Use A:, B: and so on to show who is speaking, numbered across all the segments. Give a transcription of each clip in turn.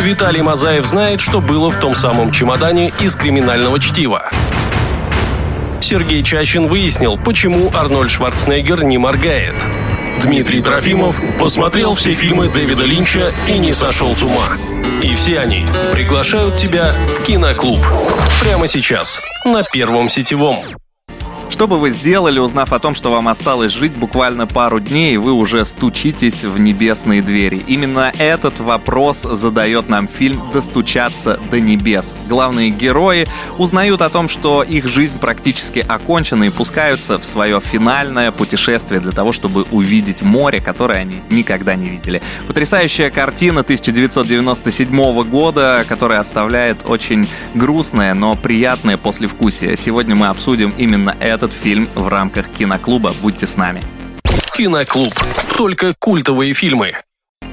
A: Виталий Мазаев знает, что было в том самом чемодане из криминального чтива. Сергей Чащин выяснил, почему Арнольд Шварценеггер не моргает. Дмитрий Трофимов посмотрел все фильмы Дэвида Линча и не сошел с ума. И все они приглашают тебя в киноклуб. Прямо сейчас, на Первом сетевом.
B: Что бы вы сделали, узнав о том, что вам осталось жить буквально пару дней, и вы уже стучитесь в небесные двери? Именно этот вопрос задает нам фильм «Достучаться до небес». Главные герои узнают о том, что их жизнь практически окончена и пускаются в свое финальное путешествие для того, чтобы увидеть море, которое они никогда не видели. Потрясающая картина 1997 года, которая оставляет очень грустное, но приятное послевкусие. Сегодня мы обсудим именно это этот фильм в рамках киноклуба. Будьте с нами.
A: Киноклуб. Только культовые фильмы.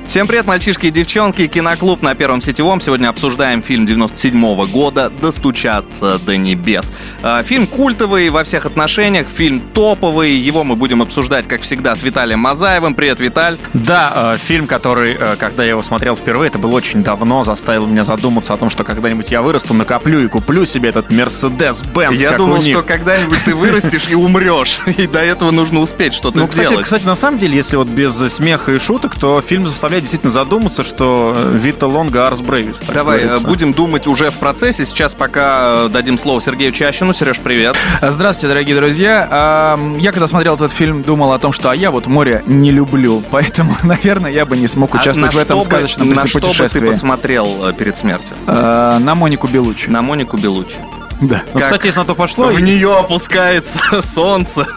B: Всем привет, мальчишки и девчонки! Киноклуб на Первом сетевом. Сегодня обсуждаем фильм 97 года «Достучаться до небес». А, Фильм культовый во всех отношениях, фильм топовый. Его мы будем обсуждать, как всегда, с Виталием Мазаевым. Привет, Виталь!
C: Да, э, фильм, который, э, когда я его смотрел впервые, это было очень давно, заставил меня задуматься о том что когда-нибудь я вырасту, накоплю и куплю себе этот Мерседес-Бенц,
B: Я
C: как у
B: думал,
C: них.
B: что когда-нибудь ты вырастешь и умрешь. И до этого нужно успеть что-то
C: Ну, кстати,
B: сделать.
C: кстати, на самом деле, если вот без э, смеха и шуток, то фильм заставляет действительно задуматься, что э, Вита Лонга Арс Брейвис. так
B: Давай э,
C: говорится.
B: будем думать уже в процессе. Сейчас пока э, дадим слово Сергею Чащину. Сереж, привет.
D: Здравствуйте, дорогие друзья. Ам, Я когда смотрел этот фильм, думал о том, что а я вот море не люблю, поэтому, наверное, я бы не смог
B: А на
D: участвовать в этом
B: что бы-
D: сказочном
B: На что бы ты
D: путешествии.
B: посмотрел э, перед смертью?
D: А, На Монику Белучи.
B: На Монику Белучи.
D: Да.
C: Ну,
B: как?
C: кстати, если на то пошло,
B: В
C: и-
B: нее опускается солнце,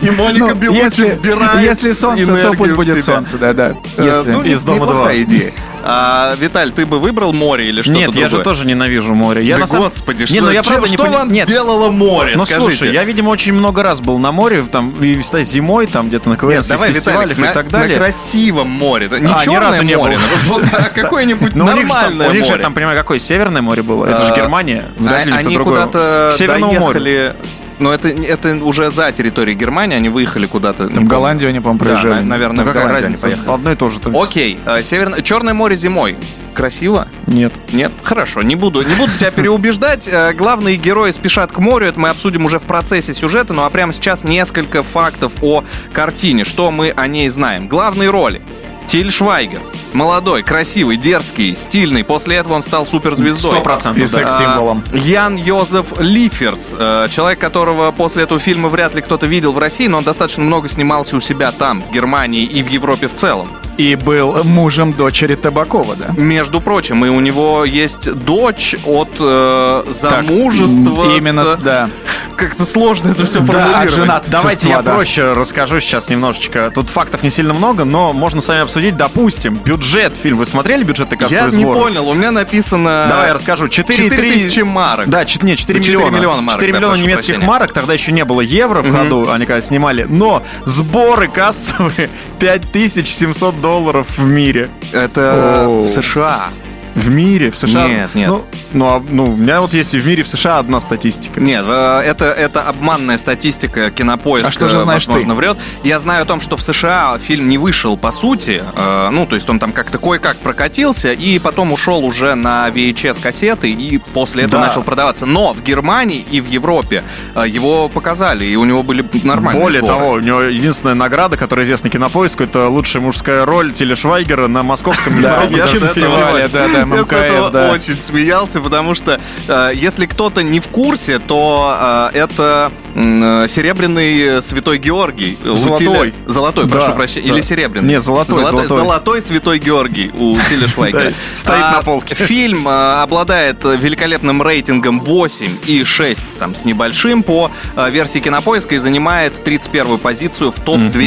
B: и Моника
D: Ну,
B: Белучи
D: если,
B: вбирает
D: если солнце, то
B: энергию
D: пусть
B: в
D: будет
B: себя.
D: солнце, да, да.
B: Э,
D: Если.
B: ну,
C: Из
B: не-
C: дома
B: неплохая
C: два.
B: идея. А, Виталь, ты бы выбрал море или что-то
C: Нет, я же
B: другое?
C: тоже ненавижу море. Я
B: Да
C: на самом-
B: господи,
C: Не,
B: что,
C: ну я
B: че-
C: правда не
B: что
C: пони-
B: вам
C: Нет,
B: сделало море,
C: Ну
B: скажите?
C: слушай, я, видимо, очень много раз был на море, там, и, кстати, зимой, там где-то на
B: Нет,
C: КВНских
B: давай,
C: фестивалях
B: Виталик,
C: и
B: на,
C: так
B: на
C: далее.
B: красивом море. Да, Не
C: А, ни
B: черное
C: разу не
B: море,
C: был.
B: ну, вот, а какое-нибудь
C: Ну, у них же там-
B: нормальное
C: у них же,
B: море.
C: там, понимаю, какое северное море было? Это
B: А,
C: же Германия. Вряд ли
B: А-
C: это
B: Они
C: другое.
B: куда-то
C: К Северному морю.
B: доехали... Но это, это уже за территорией Германии, они выехали куда-то. не
D: В
B: помню.
D: Голландию они, по-моему,
B: Да,
D: проезжали.
B: на- наверное,
C: Ну,
B: в
C: какая
B: Голландию они
C: разница?
B: поехали.
C: Одно и то же. там.
B: Окей, э, северно... Черное море зимой. Красиво?
C: Нет.
B: Нет, хорошо, не буду, не буду тебя переубеждать. Э, Главные герои спешат к морю, это мы обсудим уже в процессе сюжета, ну а прямо сейчас несколько фактов о картине, что мы о ней знаем. Главные роли. Тиль Швайгер. Молодой, красивый, дерзкий, стильный. После этого он стал суперзвездой.
C: Сто процентов. да.
D: И секс-символом.
B: А, Ян Йозеф Лиферс, э, человек, которого после этого фильма вряд ли кто-то видел в России, но он достаточно много снимался у себя там, в Германии и в Европе в целом.
D: И был мужем дочери Табакова, да.
B: Между прочим, и у него есть дочь от э,
D: Так,
B: замужества.
D: м, Именно,
B: с-
D: да.
B: Как-то сложно это все
D: Да, от
B: формулировать.
D: женатости.
C: Давайте я
D: да.
C: проще расскажу сейчас немножечко. Тут фактов не сильно много, но можно с вами обсудить, допустим, бюджет фильм. Вы смотрели бюджеты
B: Я
C: кассовый
B: не
C: сбор?
B: понял, у меня написано...
C: Давай я расскажу. 4,3
B: 4000 марок.
C: Да, чет- нет, 4
B: Ну, 4
C: миллиона.
B: миллиона марок,
C: 4
B: да,
C: миллиона
B: прошу
C: немецких
B: прощения.
C: марок. Тогда еще не было евро в ходу, они когда снимали. Но сборы кассовые 5700 долларов в мире.
B: Это
D: Оу.
B: в США.
C: В мире, в США.
B: Нет, нет.
C: Ну, ну, а- ну, у меня вот есть и в мире, в США одна статистика.
B: Нет, э, это, это обманная статистика кинопоиска.
D: А что же знаешь
B: возможно,
D: ты?
B: врет. Я знаю о том, что в США фильм не вышел, по сути. Э, ну, то есть он там как-то кое-как прокатился, и потом ушел уже на VHS-кассеты, и после этого
C: Да.
B: начал продаваться. Но в Германии и в Европе э, его показали, и у него были нормальные
C: Более
B: сборы.
C: того, у него единственная награда, которая известна кинопоиску, это лучшая мужская роль Телешвайгера на московском международном
B: я с этого-
C: кинофестивале.
D: Фестивале, да, да,
B: Я с этого
D: МКФ, да.
B: очень смеялся, потому что э, если кто-то не в курсе, то э, это м, э, серебряный э, святой Георгий. У
C: Золотой.
B: Тиля- Золотой,
C: Да,
B: прошу прощения.
C: да.
B: Или серебряный.
C: Не, золотой, золотой.
B: Золотой святой Георгий у Тиля Швайгера.
C: Да, стоит
B: А,
C: на полке.
B: Фильм э, обладает э, великолепным рейтингом 8 и 6 там, с небольшим по э, версии кинопоиска и занимает 31 позицию в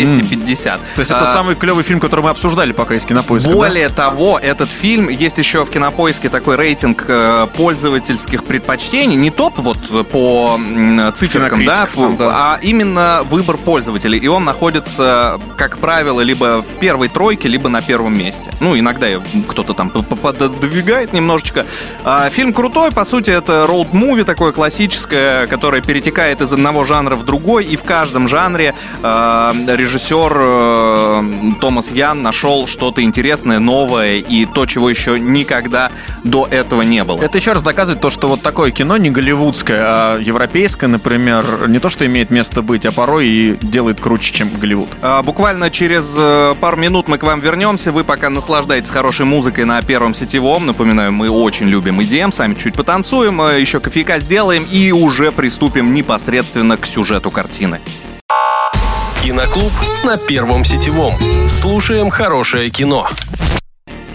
B: топ-250.
C: То есть это самый клевый фильм, который мы обсуждали пока из кинопоиска. да?
B: Более того, этот фильм есть еще в кинопоиске такой рейтинг э, пользовательских предпочтений, не топ вот э, по м, циферкам, поиск,
C: там, да.
B: а именно выбор пользователей. И он находится, как правило, либо в первой тройке, либо на первом месте. Ну, иногда её кто-то там п- п- пододвигает немножечко. А, Фильм крутой, по сути, это роуд-муви такое классическое, которое перетекает из одного жанра в другой, и в каждом жанре э, режиссер э, Томас Ян нашел что-то интересное, новое, и то, чего еще никогда до этого не было.
C: Это еще раз доказывает то, что вот такое кино не голливудское, а европейское, например, не то, что имеет место быть, а порой и делает круче, чем Голливуд.
B: А, Буквально через э, пару минут мы к вам вернемся. Вы пока наслаждаетесь хорошей музыкой на первом сетевом. Напоминаю, мы очень любим EDM. Сами чуть потанцуем, э, еще кофейка сделаем и уже приступим непосредственно к сюжету картины.
A: Киноклуб на первом сетевом. Слушаем хорошее кино.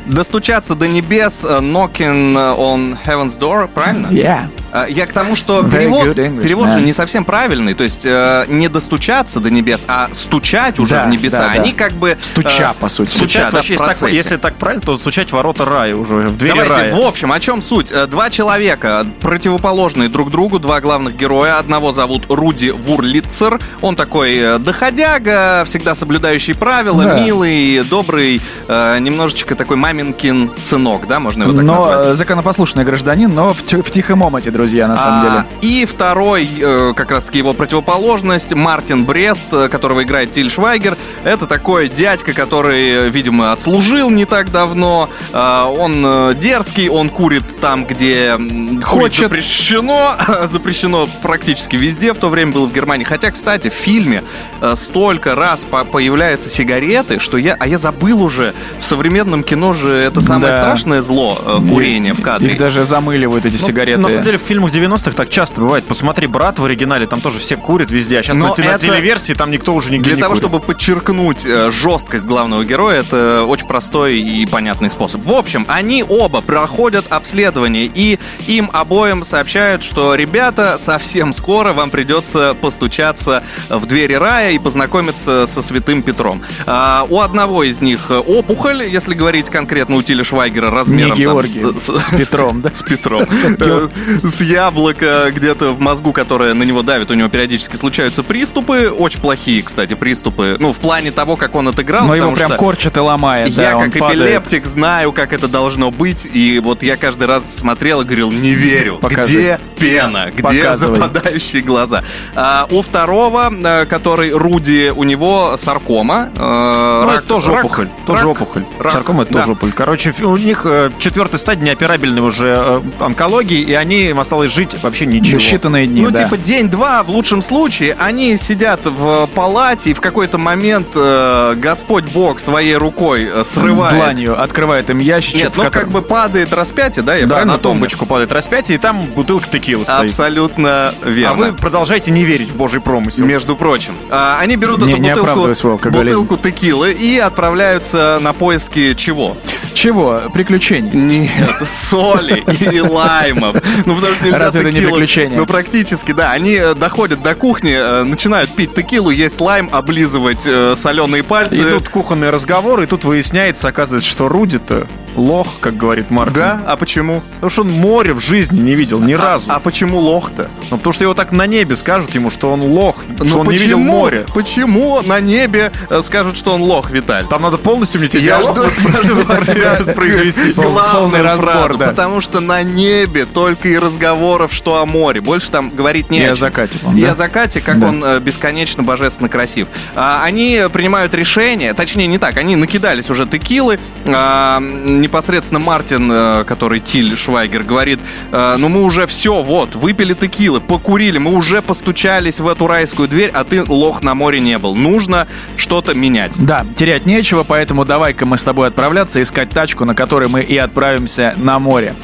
B: Достучаться до небес, э, knocking on heaven's door, правильно?
D: Yeah.
B: А, Я к тому, что
D: Very
B: перевод,
D: good English,
B: перевод
D: man.
B: же не совсем правильный, то есть э, не достучаться до небес, а стучать уже
D: Да,
B: в небеса.
D: да, да.
B: Они как бы
D: Стуча,
B: э,
D: по сути.
B: стучат да,
C: Стучать
B: в
C: вообще, если так-
B: процессе.
C: если так правильно, то стучать в ворота рая уже, в двери
B: Давайте,
C: рая. Ну,
B: в общем, о чем суть? Э, Два человека, э, противоположные друг другу, два главных героя. Одного зовут Руди Вурлицер. Он такой э, доходяга, всегда соблюдающий правила,
D: Да.
B: милый, добрый, э, немножечко такой маменькин сынок, да, можно его так
D: Но
B: назвать?
D: э, законопослушный гражданин, но в, тю- в тихом омуте, друзья, на самом
B: А,
D: деле.
B: И второй, э, как раз-таки его противоположность, Мартин Брест, э, которого играет Тиль Швайгер. Это такой дядька, который, э, видимо, отслужил не так давно. Э, он э, дерзкий, он курит там, где м, курить
D: Хочет.
B: запрещено. запрещено практически везде в то время было в Германии. Хотя, кстати, в фильме э, столько раз по- появляются сигареты, что я... А я забыл уже, в современном кино же это самое
D: Да.
B: страшное зло, э, курение в кадре. Ну,
D: Их даже замыливают эти сигареты.
C: ну, На самом деле в фильмах 90-х так часто бывает. Посмотри, брат в оригинале, там тоже все курят везде. А сейчас
B: Но
C: на, те- на
B: это-
C: телеверсии там никто уже нигде
B: Для
C: не
B: того,
C: курит.
B: чтобы подчеркнуть э, жесткость главного героя, это очень простой и понятный способ. В общем, они оба проходят обследование, и им обоим сообщают, что ребята, совсем скоро вам придется постучаться в двери рая и познакомиться со святым Петром. А, у одного из них э, опухоль, если говорить конкретно у Тиля Швайгера, размером... там,
D: Георгий,
B: э,
D: с Петром, да?
B: С Петром. Э, С яблока где-то в мозгу, которое на него давит, у него периодически случаются приступы. Очень плохие, кстати, приступы. Ну, в плане того, как он отыграл.
D: Но Ну, его
B: потому
D: прям
B: что
D: корчат и ломает. да,
B: Я,
D: он
B: как
D: падает.
B: эпилептик, знаю, как это должно быть. И вот я каждый раз смотрел и говорил, не верю.
D: Показывай.
B: Где пена? Где
D: Показывай.
B: западающие глаза? А, у второго, э, который Руди, у него саркома. э,
C: Ну,
B: рак-
C: это тоже
B: рак-
C: опухоль. Тоже
B: рак-
C: опухоль.
B: рак,
C: Саркома это
B: да.
C: тоже опухоль. Короче, фи- у них э, четвертая стадия неоперабельной уже э, онкологии, и они им осталось жить вообще
D: Ну,
C: ничего.
D: Считанные дни,
B: ну,
D: да.
B: типа, день-два, в лучшем случае, они сидят в э, палате, и в какой-то момент э, Господь Бог своей рукой э, срывает...
D: Дланью открывает им ящичек.
B: Нет, ну,
D: как-
B: как бы падает распятие, да, я
C: Да,
B: правильно
C: на
B: помню?
C: тумбочку падает распятие, и там бутылка текилы стоит.
B: Абсолютно верно.
C: А вы продолжаете не верить в божий промысел.
B: Между прочим, а, они берут
D: Не-
B: эту
D: не
B: бутылку,
D: оправдывай свой алкоголизм.
B: бутылку текилы и отправляются на поиски чего?
D: Чего? Приключений.
B: Нет, соли и лаймов. Ну, потому что нельзя
D: Разве это не
B: текилу-
D: приключение?
B: Ну, практически, да. Они э, доходят до кухни, э, начинают пить текилу, есть лайм, облизывать э, соленые пальцы.
C: Идут кухонные разговоры, и тут выясняется, оказывается, что Руди-то лох, как говорит Мартин.
B: Да? А почему?
C: Потому что он море в жизни не видел ни разу.
B: А, а почему лох-то?
C: Ну, потому что его так на небе скажут ему, что он лох,
B: Ну,
C: что он не видел море.
B: Почему на небе э, скажут, что он лох, Виталь?
C: Там надо полностью мне тебе
B: Я
C: диалог
B: жду, жду от тебя
C: воспроизвести.
D: Пол- полный
B: главную
D: разбор,
B: фразу,
D: да.
B: потому что на небе только и разговоров, что о море. Больше там говорить не
D: И
B: о
D: о
B: чем.
D: закате, по-моему,
B: И
D: да?
B: о закате, как
D: Да.
B: он э, бесконечно божественно красив. А, они принимают решение, точнее не так, они накидались уже текилы. А, непосредственно Мартин, э, который Тиль Швайгер, говорит, э, ну мы уже все, вот, выпили текилы, покурили, мы уже постучались в эту райскую дверь, а ты лох на море не был. Нужно что-то менять.
D: Да, терять нечего, поэтому давай-ка мы с тобой отправляться, искать тачку, на которой мы и отправимся на море.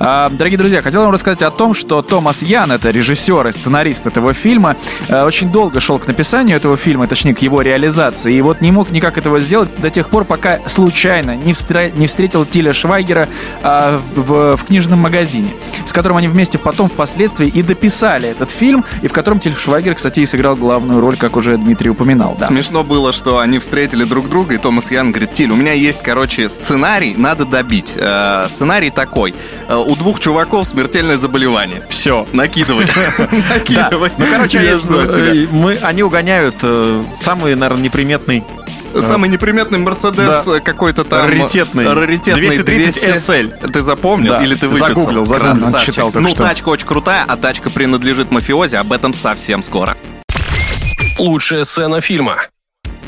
D: А, Дорогие друзья, хотел вам рассказать о том, что Томас Ян, это режиссер и сценарист этого фильма, э, очень долго шел к написанию этого фильма, точнее, к его реализации, и вот не мог никак этого сделать до тех пор, пока случайно не, встра- не встретил Тиля Швайгера а, в, в книжном магазине, с которым они вместе потом впоследствии и дописали этот фильм, и в котором Тиль Швайгер, кстати, и сыграл главную роль, как уже Дмитрий упоминал. Да.
B: Смешно было, что они встретили друг друга, и Томас Ян говорит, Тиль, у меня есть, короче, сценарий, надо добить. Э, сценарий такой. Э, у двух чуваков смертельное заболевание.
C: Все.
B: Накидывай. Накидывай.
C: Ну, короче,
B: я
C: они,
B: жду от
C: э,
B: тебя.
C: мы, они угоняют э, самый, наверное, неприметный
B: Самый неприметный Мерседес
C: Да.
B: э, какой-то там... э,
C: Раритетный.
B: Раритетный
C: 230
B: SL. Ты запомнил
C: Да.
B: или ты выписал?
C: Загуглил, загуглил.
B: Красавчик.
D: Читал только
B: Ну,
D: что.
B: тачка очень крутая, а тачка принадлежит мафиозе, об этом совсем скоро.
A: Лучшая сцена фильма.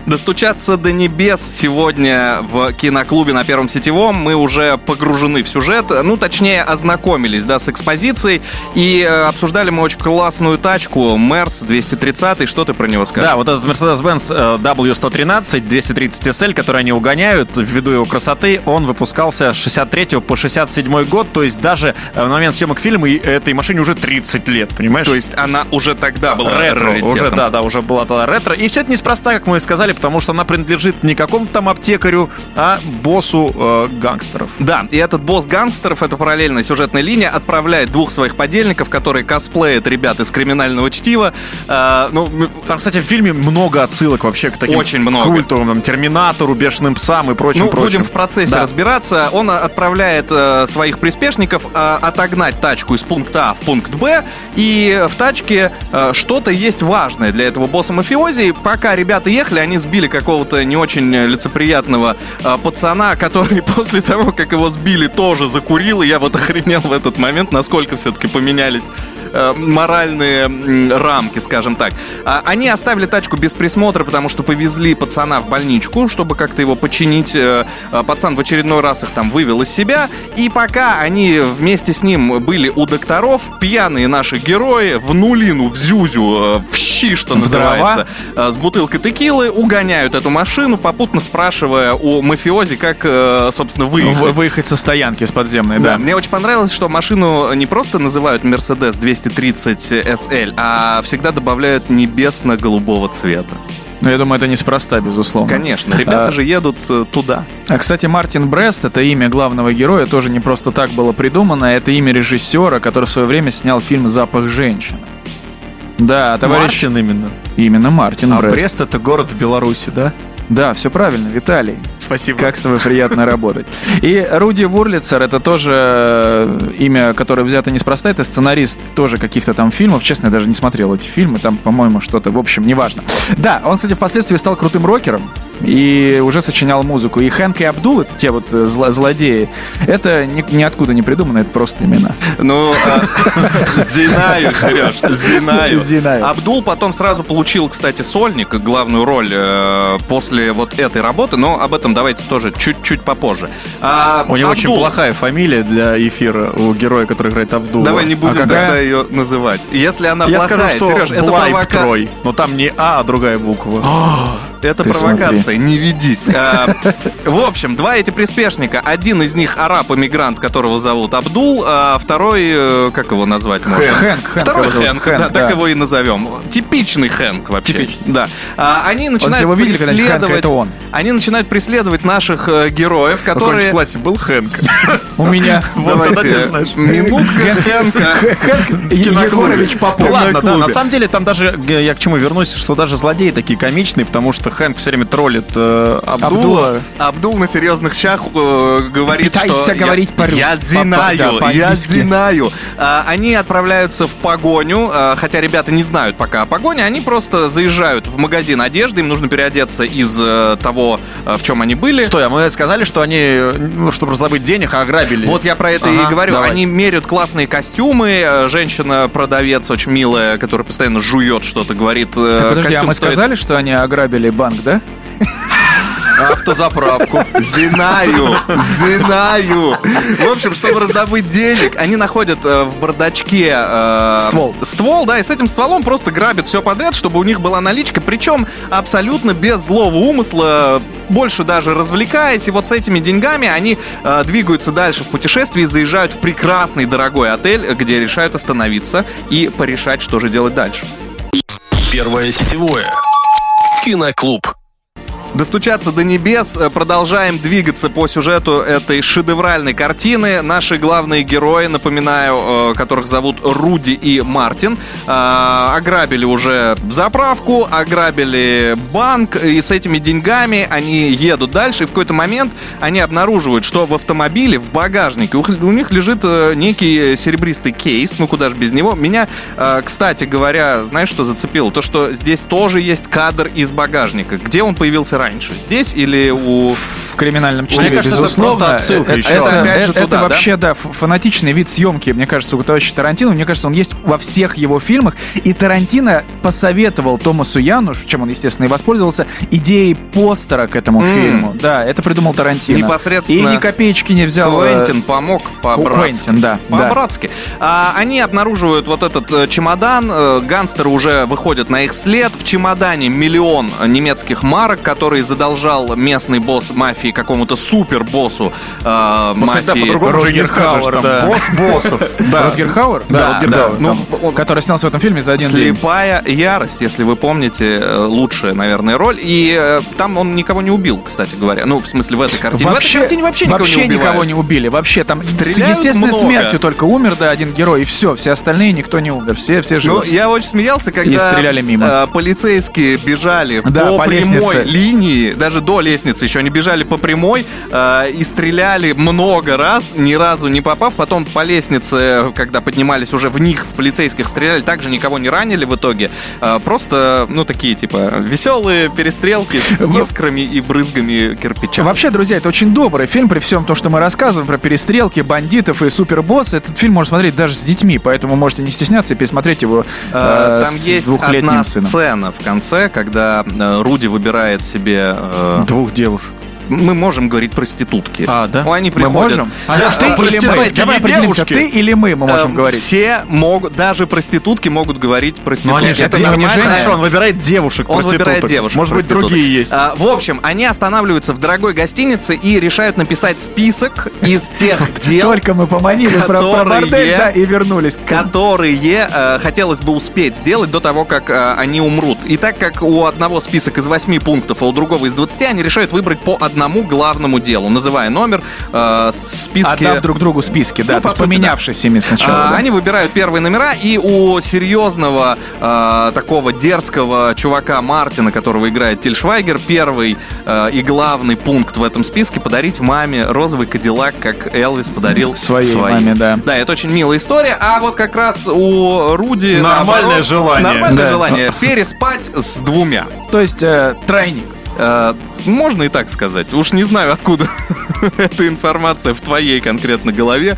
B: Достучаться до небес сегодня в киноклубе на Первом Сетевом. Мы уже погружены в сюжет, ну, точнее, ознакомились, да, с экспозицией. И э, обсуждали мы очень классную тачку Мерс 230. Что ты про него скажешь?
C: Да, вот этот Mercedes-Benz э, W113 230 SL, который они угоняют, ввиду его красоты, он выпускался с 63 по 67 год, то есть даже э, на момент съемок фильма и этой машине уже 30 лет, понимаешь?
B: То есть она уже тогда была
C: ретро,
B: раритетом.
C: уже, да, да, уже была тогда ретро. И все это неспроста, как мы и сказали, потому что она принадлежит не какому-то там аптекарю, а боссу э, гангстеров.
B: Да, и этот босс гангстеров, это параллельная сюжетная линия, отправляет двух своих подельников, которые косплеят ребят из криминального чтива. Э, ну, м-
C: Там, кстати, в фильме много отсылок вообще к таким
B: Очень много.
C: культовым, там, Терминатору, Бешеным Псам и прочим,
B: ну,
C: прочим.
B: будем в процессе
C: Да.
B: разбираться. Он э, отправляет э, своих приспешников э, отогнать тачку из пункта А в пункт Б, и в тачке э, что-то есть важное для этого босса мафиози. И Пока ребята ехали, они сбили какого-то не очень э, лицеприятного э, пацана, который после того, как его сбили, тоже закурил. И я вот охренел в этот момент, насколько все-таки поменялись э, моральные м, рамки, скажем так. А, Они оставили тачку без присмотра, потому что повезли пацана в больничку, чтобы как-то его починить. Э, э, Пацан в очередной раз их там вывел из себя. И пока они вместе с ним были у докторов, пьяные наши герои в нулину, в зюзю, э, в щи, что называется, э, с бутылкой текилы угоняют эту машину, попутно спрашивая у мафиози, как, э, собственно, выехать.
D: В- Выехать со стоянки с подземной,
B: Да,
D: да.
B: мне очень понравилось, что машину не просто называют Mercedes 230 SL, а всегда добавляют небесно-голубого цвета.
D: Но я думаю, это неспроста, безусловно.
B: Конечно, ребята
D: А.
B: же едут э, туда.
D: А, кстати, Мартин Брест, это имя главного героя, тоже не просто так было придумано. а Это имя режиссера, который в свое время снял фильм «Запах женщины». Да, товарищ...
C: Мартин именно.
D: Именно Мартин
C: А
D: Брест.
C: Брест это город в Беларуси, да?
D: Да, все правильно, Виталий.
C: Спасибо.
D: Как с тобой приятно работать. И Руди Вурлицер, это тоже э, имя, которое взято неспроста, это сценарист тоже каких-то там фильмов. Честно, я даже не смотрел эти фильмы, там, по-моему, что-то, в общем, неважно. Да, он, кстати, впоследствии стал крутым рокером и уже сочинял музыку. И Хэнк и Абдул, это те вот э, зло- злодеи, это ни- ниоткуда не придумано, это просто имена.
B: Ну, э, знаю, Сереж, знаю.
D: Знаю.
B: Абдул потом сразу получил, кстати, сольник, главную роль э, после вот этой работы, но об этом давайте тоже чуть-чуть попозже. А,
C: У него очень
B: Абдул,
C: плохая фамилия для эфира у героя, который играет Абдула.
B: Давай не будем
D: какая?
B: тогда ее называть. Если она
C: А Я
B: плохая,
C: скажу, что
B: Сереж, это
C: Блайб
B: провока-
C: Трой, но там не А, а другая буква.
B: Это
D: Ты
B: провокация, не ведись. А, В общем, два эти приспешника. Один из них араб-эмигрант, которого зовут Абдул, а второй, э, как его назвать? можно?
D: Хэнк, Хэнк.
B: Второй
D: его зовут.
B: Хэнк, да,
D: да.
B: так его и назовем. Типичный Хэнк вообще.
D: Типичный.
B: Да. А, Они начинают
D: его видели когда-нибудь, Хэнка,
B: преследовать...
D: это он.
B: Они начинают преследовать наших э, героев,
C: В каком
B: которые...
C: классе был Хэнк.
D: У меня...
C: тогда ты
B: Давайте,
C: знаешь.
B: минутка Хэнка.
D: Хэнк
B: Егорович
D: Егорович Попов.
C: Ладно, да,
B: клубе.
C: на самом деле там даже, г- я к чему вернусь, что даже злодеи такие комичные, потому что Хэнк все время троллит э, Абдула.
D: Абдула.
B: Абдул на серьезных щах э, говорит, что
D: Пытается говорить
B: я,
D: по-русски,
B: я
D: по-
B: знаю,
D: да, по-английски.
B: я знаю. А, они отправляются в погоню, а, хотя ребята не знают пока о погоне, они просто заезжают в магазин одежды, им нужно переодеться из э, того, э, в чем они были.
C: Стой, а мы сказали, что они, э, ну, чтобы раздобыть денег, ограбили.
B: Вот я про это
C: Ага,
B: и говорю.
C: давай.
B: Они мерят классные костюмы. э, Женщина-продавец очень милая, которая постоянно жует что-то, говорит. э,
D: Так, подожди, а
B: «Костюм
D: мы
B: стоит
D: сказали, что они ограбили банк, да?
B: автозаправку. Знаю, знаю. В общем, чтобы раздобыть денег, они находят э, в бардачке э,
D: Ствол.
B: Ствол, да, и с этим стволом просто грабят все подряд, чтобы у них была наличка, причем абсолютно без злого умысла, больше даже развлекаясь. И вот с этими деньгами они э, двигаются дальше в путешествии, заезжают в прекрасный дорогой отель, э, где решают остановиться и порешать, что же делать дальше.
A: Первое сетевое. Киноклуб.
B: Достучаться до небес. Э, Продолжаем двигаться по сюжету этой шедевральной картины. Наши главные герои, напоминаю, э, которых зовут Руди и Мартин, э, ограбили уже заправку, ограбили банк, и с этими деньгами они едут дальше. И в какой-то момент они обнаруживают, что в автомобиле, в багажнике у, у них лежит э, некий серебристый кейс. Ну куда же без него? Меня, э, кстати говоря, знаешь, что зацепило? То, что здесь тоже есть кадр из багажника. Где он появился раньше? Здесь или у...
D: в криминальном чтиве,
C: кажется, это
D: безусловно.
C: просто отсылка еще.
B: Это опять же
D: это
B: туда, да?
D: вообще, да? ф- фанатичный вид съемки, мне кажется, у товарища Тарантино. Мне кажется, он есть во всех его фильмах. И Тарантино посоветовал Томасу Яну, чем он, естественно, и воспользовался, идеей постера к этому
B: М.
D: фильму. Да, это придумал Тарантино.
B: Непосредственно
D: И ни копеечки не взял. э,
B: Квентин помог по-братски.
D: Квентин, да, да.
B: По-братски. А, они обнаруживают вот этот э, чемодан, э, гангстеры уже выходят на их след. В чемодане миллион немецких марок, который задолжал местный босс мафии какому-то супер-боссу э,
C: Тогда
B: мафии.
C: по-другому уже не
D: Роджер
C: скажешь,
D: Хауэр,
C: там
D: да.
C: босс боссов. Да.
D: Рутгер Хауэр?
B: Да,
D: Рутгер
B: да.
D: Хауэр,
B: Ну,
D: там,
B: он-
D: который снялся в этом фильме за один день.
B: Слепая ярость, если вы помните, э, лучшая, наверное, роль. И э, там он никого не убил, кстати говоря. Ну, в смысле, в этой картине. в этой картине вообще никого не убивают.
D: никого не убили. Вообще там
B: Стреляют
D: с естественной
B: много.
D: смертью только умер, да, один герой, и все. Все остальные никто не умер. Все, все живы.
B: Ну, я очень смеялся, когда
D: И стреляли мимо.
B: э, полицейские бежали
D: Да,
B: по,
D: по
B: прямой
D: лестнице.
B: линии, даже до лестницы еще они бежали по прямой э, и стреляли много раз, ни разу не попав. Потом по лестнице, когда поднимались уже в них, в полицейских стреляли, также никого не ранили в итоге. Э, просто, ну, такие, типа, веселые перестрелки с
D: Ну,
B: искрами и брызгами кирпича.
D: Вообще, друзья, это очень добрый фильм, при всем том, что мы рассказываем про перестрелки, бандитов и супербосса. Этот фильм можно смотреть даже с детьми, поэтому можете не стесняться и пересмотреть его
B: Э,
D: э,
B: Там
D: с
B: есть
D: двухлетним
B: одна
D: сыном.
B: сцена в конце, когда э, Руди выбирает себе... э,
C: Двух девушек.
B: Мы можем говорить проститутки.
C: А, да?
B: Ну, Они
D: Мы
B: приходят.
D: можем?
B: Да, а
D: Да,
B: что
D: ты или мы?
B: проститутки,
D: Давай
B: не
D: определимся,
B: девушки.
D: ты или мы, мы можем
B: Эм,
D: говорить.
B: Все могут, даже проститутки могут говорить
C: Ну,
B: проститутки.
C: они же
B: Это
C: это
B: нормально.
C: Хорошо, он выбирает девушек
B: Он э, выбирает девушек.
C: Может быть,
B: проституток.
C: другие есть.
B: А, в общем, они останавливаются в дорогой гостинице и решают написать список из тех дел,
D: Только мы поманили про- про
B: которые-
D: бордель, да, и вернулись. к-
B: которые э, хотелось бы успеть сделать до того, как э, они умрут. И так как у одного список из 8 пунктов, а у другого из 20, они решают выбрать по одному главному делу, называя номер э, в списке...
C: А,
D: Отдав друг другу списки, да,
B: Ну,
D: то
B: по
D: есть
B: сути,
D: поменявшись ими сначала.
B: А,
D: да.
B: Они выбирают первые номера, и у серьезного э, такого дерзкого чувака Мартина, которого играет Тиль Швайгер, первый э, и главный пункт в этом списке подарить маме розовый кадиллак, как Элвис подарил
D: Своей маме, да.
B: Да, это очень милая история. А вот как раз у Руди
C: Нормальное
B: наоборот,
C: желание.
B: Нормальное
D: Да.
B: желание переспать с двумя.
D: То есть э, тройник.
B: Э, Можно и так сказать. Уж не знаю, откуда эта информация в твоей конкретно голове.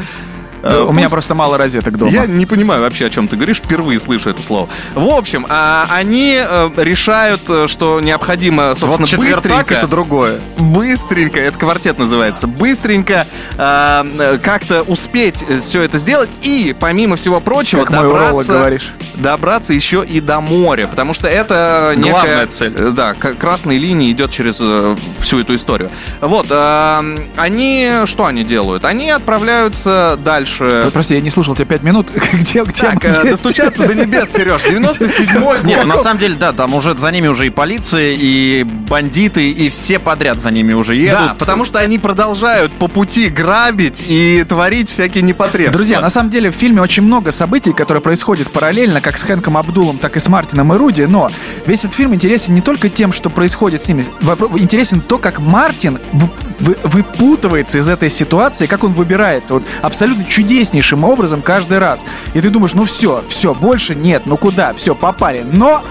B: Э,
D: У меня
B: пусть-
D: просто мало розеток дома.
B: я не понимаю вообще, о чем ты говоришь. Впервые слышу это слово. В общем, а, они э, решают, э, что необходимо, собственно,
C: Вот четвертак
B: быстренько...
C: это другое.
B: Быстренько, это квартет называется, быстренько э, э, как-то успеть все это сделать и, помимо всего прочего,
D: Как мой уролог,
B: добраться,
D: говоришь.
B: добраться еще и до моря, потому что это некая...
C: Главная цель.
B: э, Да, к- красной линии идет через э, всю эту историю. Вот, э, они... Что они делают? Они отправляются дальше...
D: Вот Просто Э, я не слушал тебя пять минут. Где, где
B: Так,
D: мы
B: э,
D: есть?
B: достучаться до небес, Сереж, 97-й год.
C: Нет, ну, на самом деле, да, там уже за ними уже и полиция, и бандиты, и все подряд за ними уже едут.
B: Да, потому что они продолжают по пути грабить и творить всякие непотребства.
D: Друзья, на самом деле в фильме очень много событий, которые происходят параллельно, как с Хэнком Абдулом, так и с Мартином и Руди, но весь этот фильм интересен не только тем, что происходит с ними, Вопро- интересен то, как Мартин вы- вы- выпутывается из этой ситуации, как он выбирается, вот абсолютно чудеснейшим образом каждый раз. И ты думаешь, ну все, все, больше нет, ну куда, все, попали, но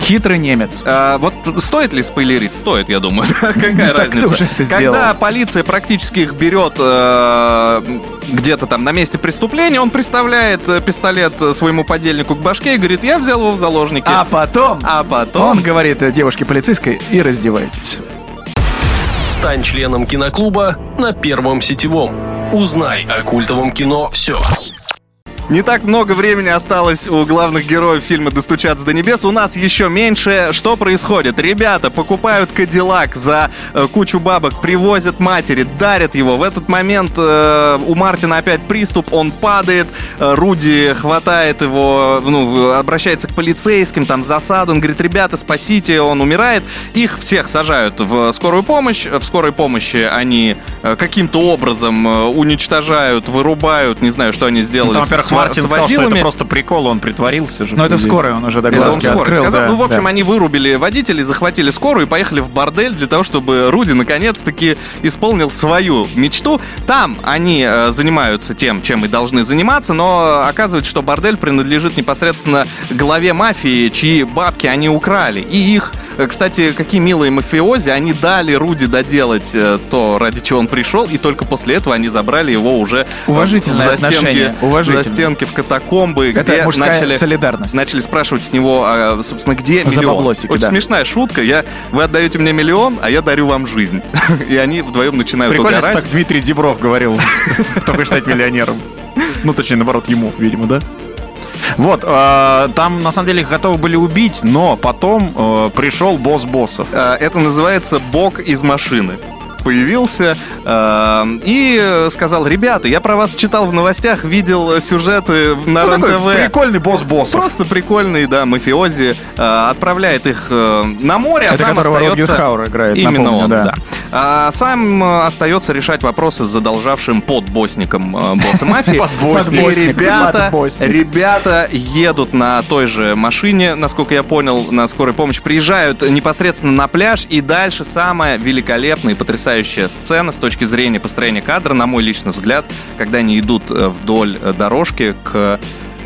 D: хитрый немец.
B: А, вот стоит ли спойлерить? Стоит, я думаю. Какая
D: Так ты
B: разница?
D: уже это
B: Когда
D: сделал.
B: полиция практически их берет э, где-то там на месте преступления, он приставляет э, пистолет э, своему подельнику к башке и говорит, я взял его в заложники.
D: А потом...
B: А
D: Он
B: потом...
D: говорит э, девушке полицейской и раздевайтесь.
A: Стань членом киноклуба на Первом сетевом. Узнай о культовом кино все.
B: Не так много времени осталось у главных героев фильма «Достучаться до небес». У нас еще меньше. Что происходит? Ребята покупают Кадиллак за э, кучу бабок, привозят матери, дарят его. В этот момент э, у Мартина опять приступ, он падает, э, Руди хватает его, ну, обращается к полицейским, там засаду, он говорит, ребята, спасите, он умирает. Их всех сажают в скорую помощь. В скорой помощи они э, каким-то образом э, уничтожают, вырубают, не знаю, что они сделали.
C: Ну, Там, во-первых,
B: с ва-
C: Мартин
B: с
C: сказал, что это
B: водилами.
C: просто прикол, он притворился же.
D: Но это вскоре он уже до
B: Это он
D: глазки
B: скоро
D: открыл.
B: сказал.
D: да,
B: ну, в общем,
D: да.
B: они вырубили водителей, захватили скорую и поехали в бордель для того, чтобы Руди наконец-таки исполнил свою мечту. Там они э, занимаются тем, чем и должны заниматься, но оказывается, что бордель принадлежит непосредственно главе мафии, чьи бабки они украли. И их, э, кстати, какие милые мафиози, они дали Руди доделать э, то, ради чего он пришел, и только после этого они забрали его уже э,
D: Уважительное
B: за стенки-
D: отношение, уважительное.
B: за стенки в катакомбы,
D: Это
B: где
D: мужская
B: начали
D: солидарность.
B: начали спрашивать с него, а, собственно, где
D: За
B: миллион.
D: баблосики,
B: Очень
D: да.
B: смешная шутка. Я, вы отдаете мне миллион, а я дарю вам жизнь. И они вдвоем начинают
C: Прикольно, что
B: угорать.
C: так Дмитрий Дебров говорил, кто хочет стать миллионером. Ну, точнее, наоборот, ему, видимо, да? Вот, э, там на самом деле их готовы были убить, но потом э, пришел босс боссов.
B: А, Это называется бог из машины. Появился э, и сказал, ребята, я про вас читал в новостях, видел сюжеты в- на
C: Ну, такой
B: РЕН-ТВ».
C: прикольный босс боссов.
B: Просто прикольный, да, мафиози э, отправляет их э, на море, а
D: Это
B: сам
D: которого Рогер
B: остается...
D: Хауэр играет,
B: Именно
D: напомню,
B: он,
D: да.
B: да. А сам э, остается решать вопросы с задолжавшим подбосником э, босса мафии.
D: Подбосник.
B: И ребята,
D: Подбосник.
B: ребята едут на той же машине, насколько я понял, на скорой помощи, приезжают непосредственно на пляж, и дальше самая великолепная и потрясающая сцена с точки зрения построения кадра, на мой личный взгляд, когда они идут э, вдоль э, дорожки к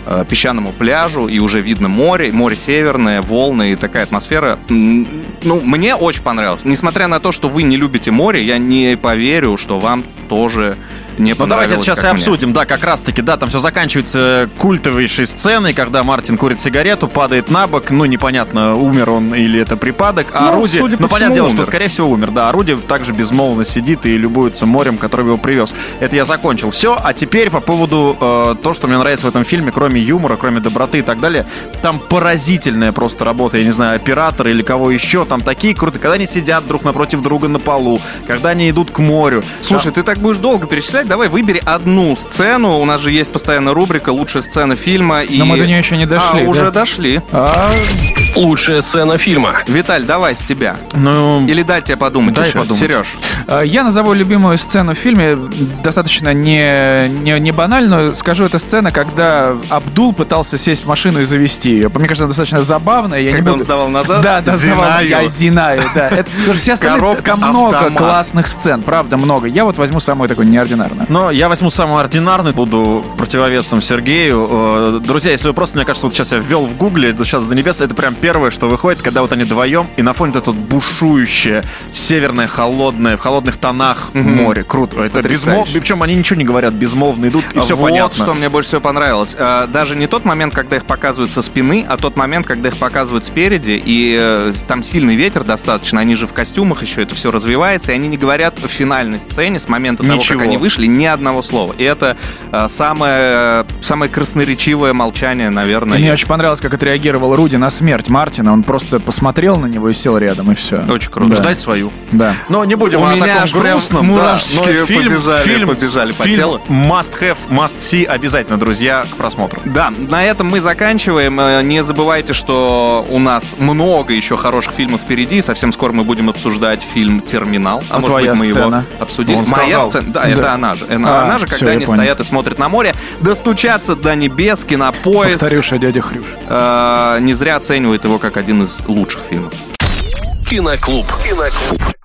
B: э, песчаному пляжу, и уже видно море, море северное, волны и такая атмосфера. М, Ну, мне очень понравилось. Несмотря на то, что вы не любите море, я не поверю, что вам тоже не
C: Ну
B: понравилось.
C: давайте это сейчас и
B: как мне.
C: обсудим. Да, как раз таки, да, там все заканчивается культовейшей сценой, когда Мартин курит сигарету, падает на бок, ну непонятно, умер он или это припадок. А
B: Ну,
C: Руди,
B: судя по
C: ну
B: всему,
C: понятное дело, что
B: умер.
C: скорее всего умер, да. А Руди также безмолвно сидит и любуется морем, которое его привез. Это я закончил. Все, а теперь по поводу э, то, что мне нравится в этом фильме, кроме юмора, кроме доброты и так далее. Там поразительная просто работа, я не знаю, оператора или кого еще, там такие крутые, когда они сидят друг напротив друга на полу, когда они идут к морю.
B: Слушай, ты так будешь долго перечислять, давай выбери одну сцену. У нас же есть постоянно рубрика «Лучшая сцена фильма». И...
D: Но мы до нее еще не
B: А,
D: дошли. да.
B: уже дошли.
D: А,
A: Лучшая сцена фильма.
B: Виталь, давай с тебя.
C: ну,
B: Или дать тебе подумать
C: Дай
B: еще.
C: подумать.
B: Сереж,
D: Э, Я назову любимую сцену в фильме, достаточно не, не, не банальную. Скажу, это сцена, когда Абдул пытался сесть в машину и завести ее. Мне кажется, она достаточно забавная. Я не
B: когда
D: буду-
B: он сдавал назад,
D: да, да, сдавал.
B: «Зинаю».
D: Я Зинаю, да. Это, потому что все остальные,
B: Коробка,
D: там много
B: автомат.
D: классных сцен, правда, много. Я вот возьму самую такую неординарную.
C: Но я возьму самую ординарную, буду противовесом Сергею. Э, Друзья, если вы просто, мне кажется, вот сейчас я ввел в гугле «Сейчас до небес», это прям первое, что выходит, когда вот они вдвоем, и на фоне вот это вот бушующее, северное, холодное, в холодных тонах море. Круто. Это
B: Потрясающе. А
C: безмолвно, причем они ничего не говорят, безмолвно идут, и все
B: вот
C: понятно.
B: что мне больше всего понравилось. Э, Даже не тот момент, когда их показывают со спины, а тот момент, когда их показывают спереди, и э, там сильный ветер достаточно, они же в костюмах еще, это все развивается, и они не говорят в финальной сцене с момента того,
C: Ничего.
B: как они вышли, ни одного слова. И это э, самое, самое красноречивое молчание, наверное.
D: Мне очень понравилось, как отреагировал Руди на смерть Мартина. Он просто посмотрел на него и сел рядом, и все.
B: Очень круто.
D: Да.
C: Ждать свою.
D: Да.
C: Но не будем
B: У
C: о
B: меня
C: таком
B: аж прям
C: грустном. да,
B: мурашечки
C: но фильм,
B: побежали-
C: фильм,
B: побежали по
C: фильм
B: телу.
C: must have, must see обязательно, друзья, к просмотру.
B: Да, на этом мы заканчиваем. Э, Не забывайте, что у нас много еще хороших фильмов впереди. Совсем скоро мы будем обсуждать фильм «Терминал». А,
D: А
B: может
D: твоя
B: быть, мы
D: сцена?
B: его обсудим.
C: Он
B: Моя
C: сказал.
B: сцена? Да,
D: Да.
B: это она же. Она,
D: А,
B: она же,
D: всё,
B: когда
D: я
B: они
D: понял.
B: стоят и смотрят на море. «Достучаться до небес», «Кинопоиск».
D: Повторюша, дядя Хрюш.
B: э, не зря оценивает его как один из лучших фильмов.
A: Киноклуб. Киноклуб.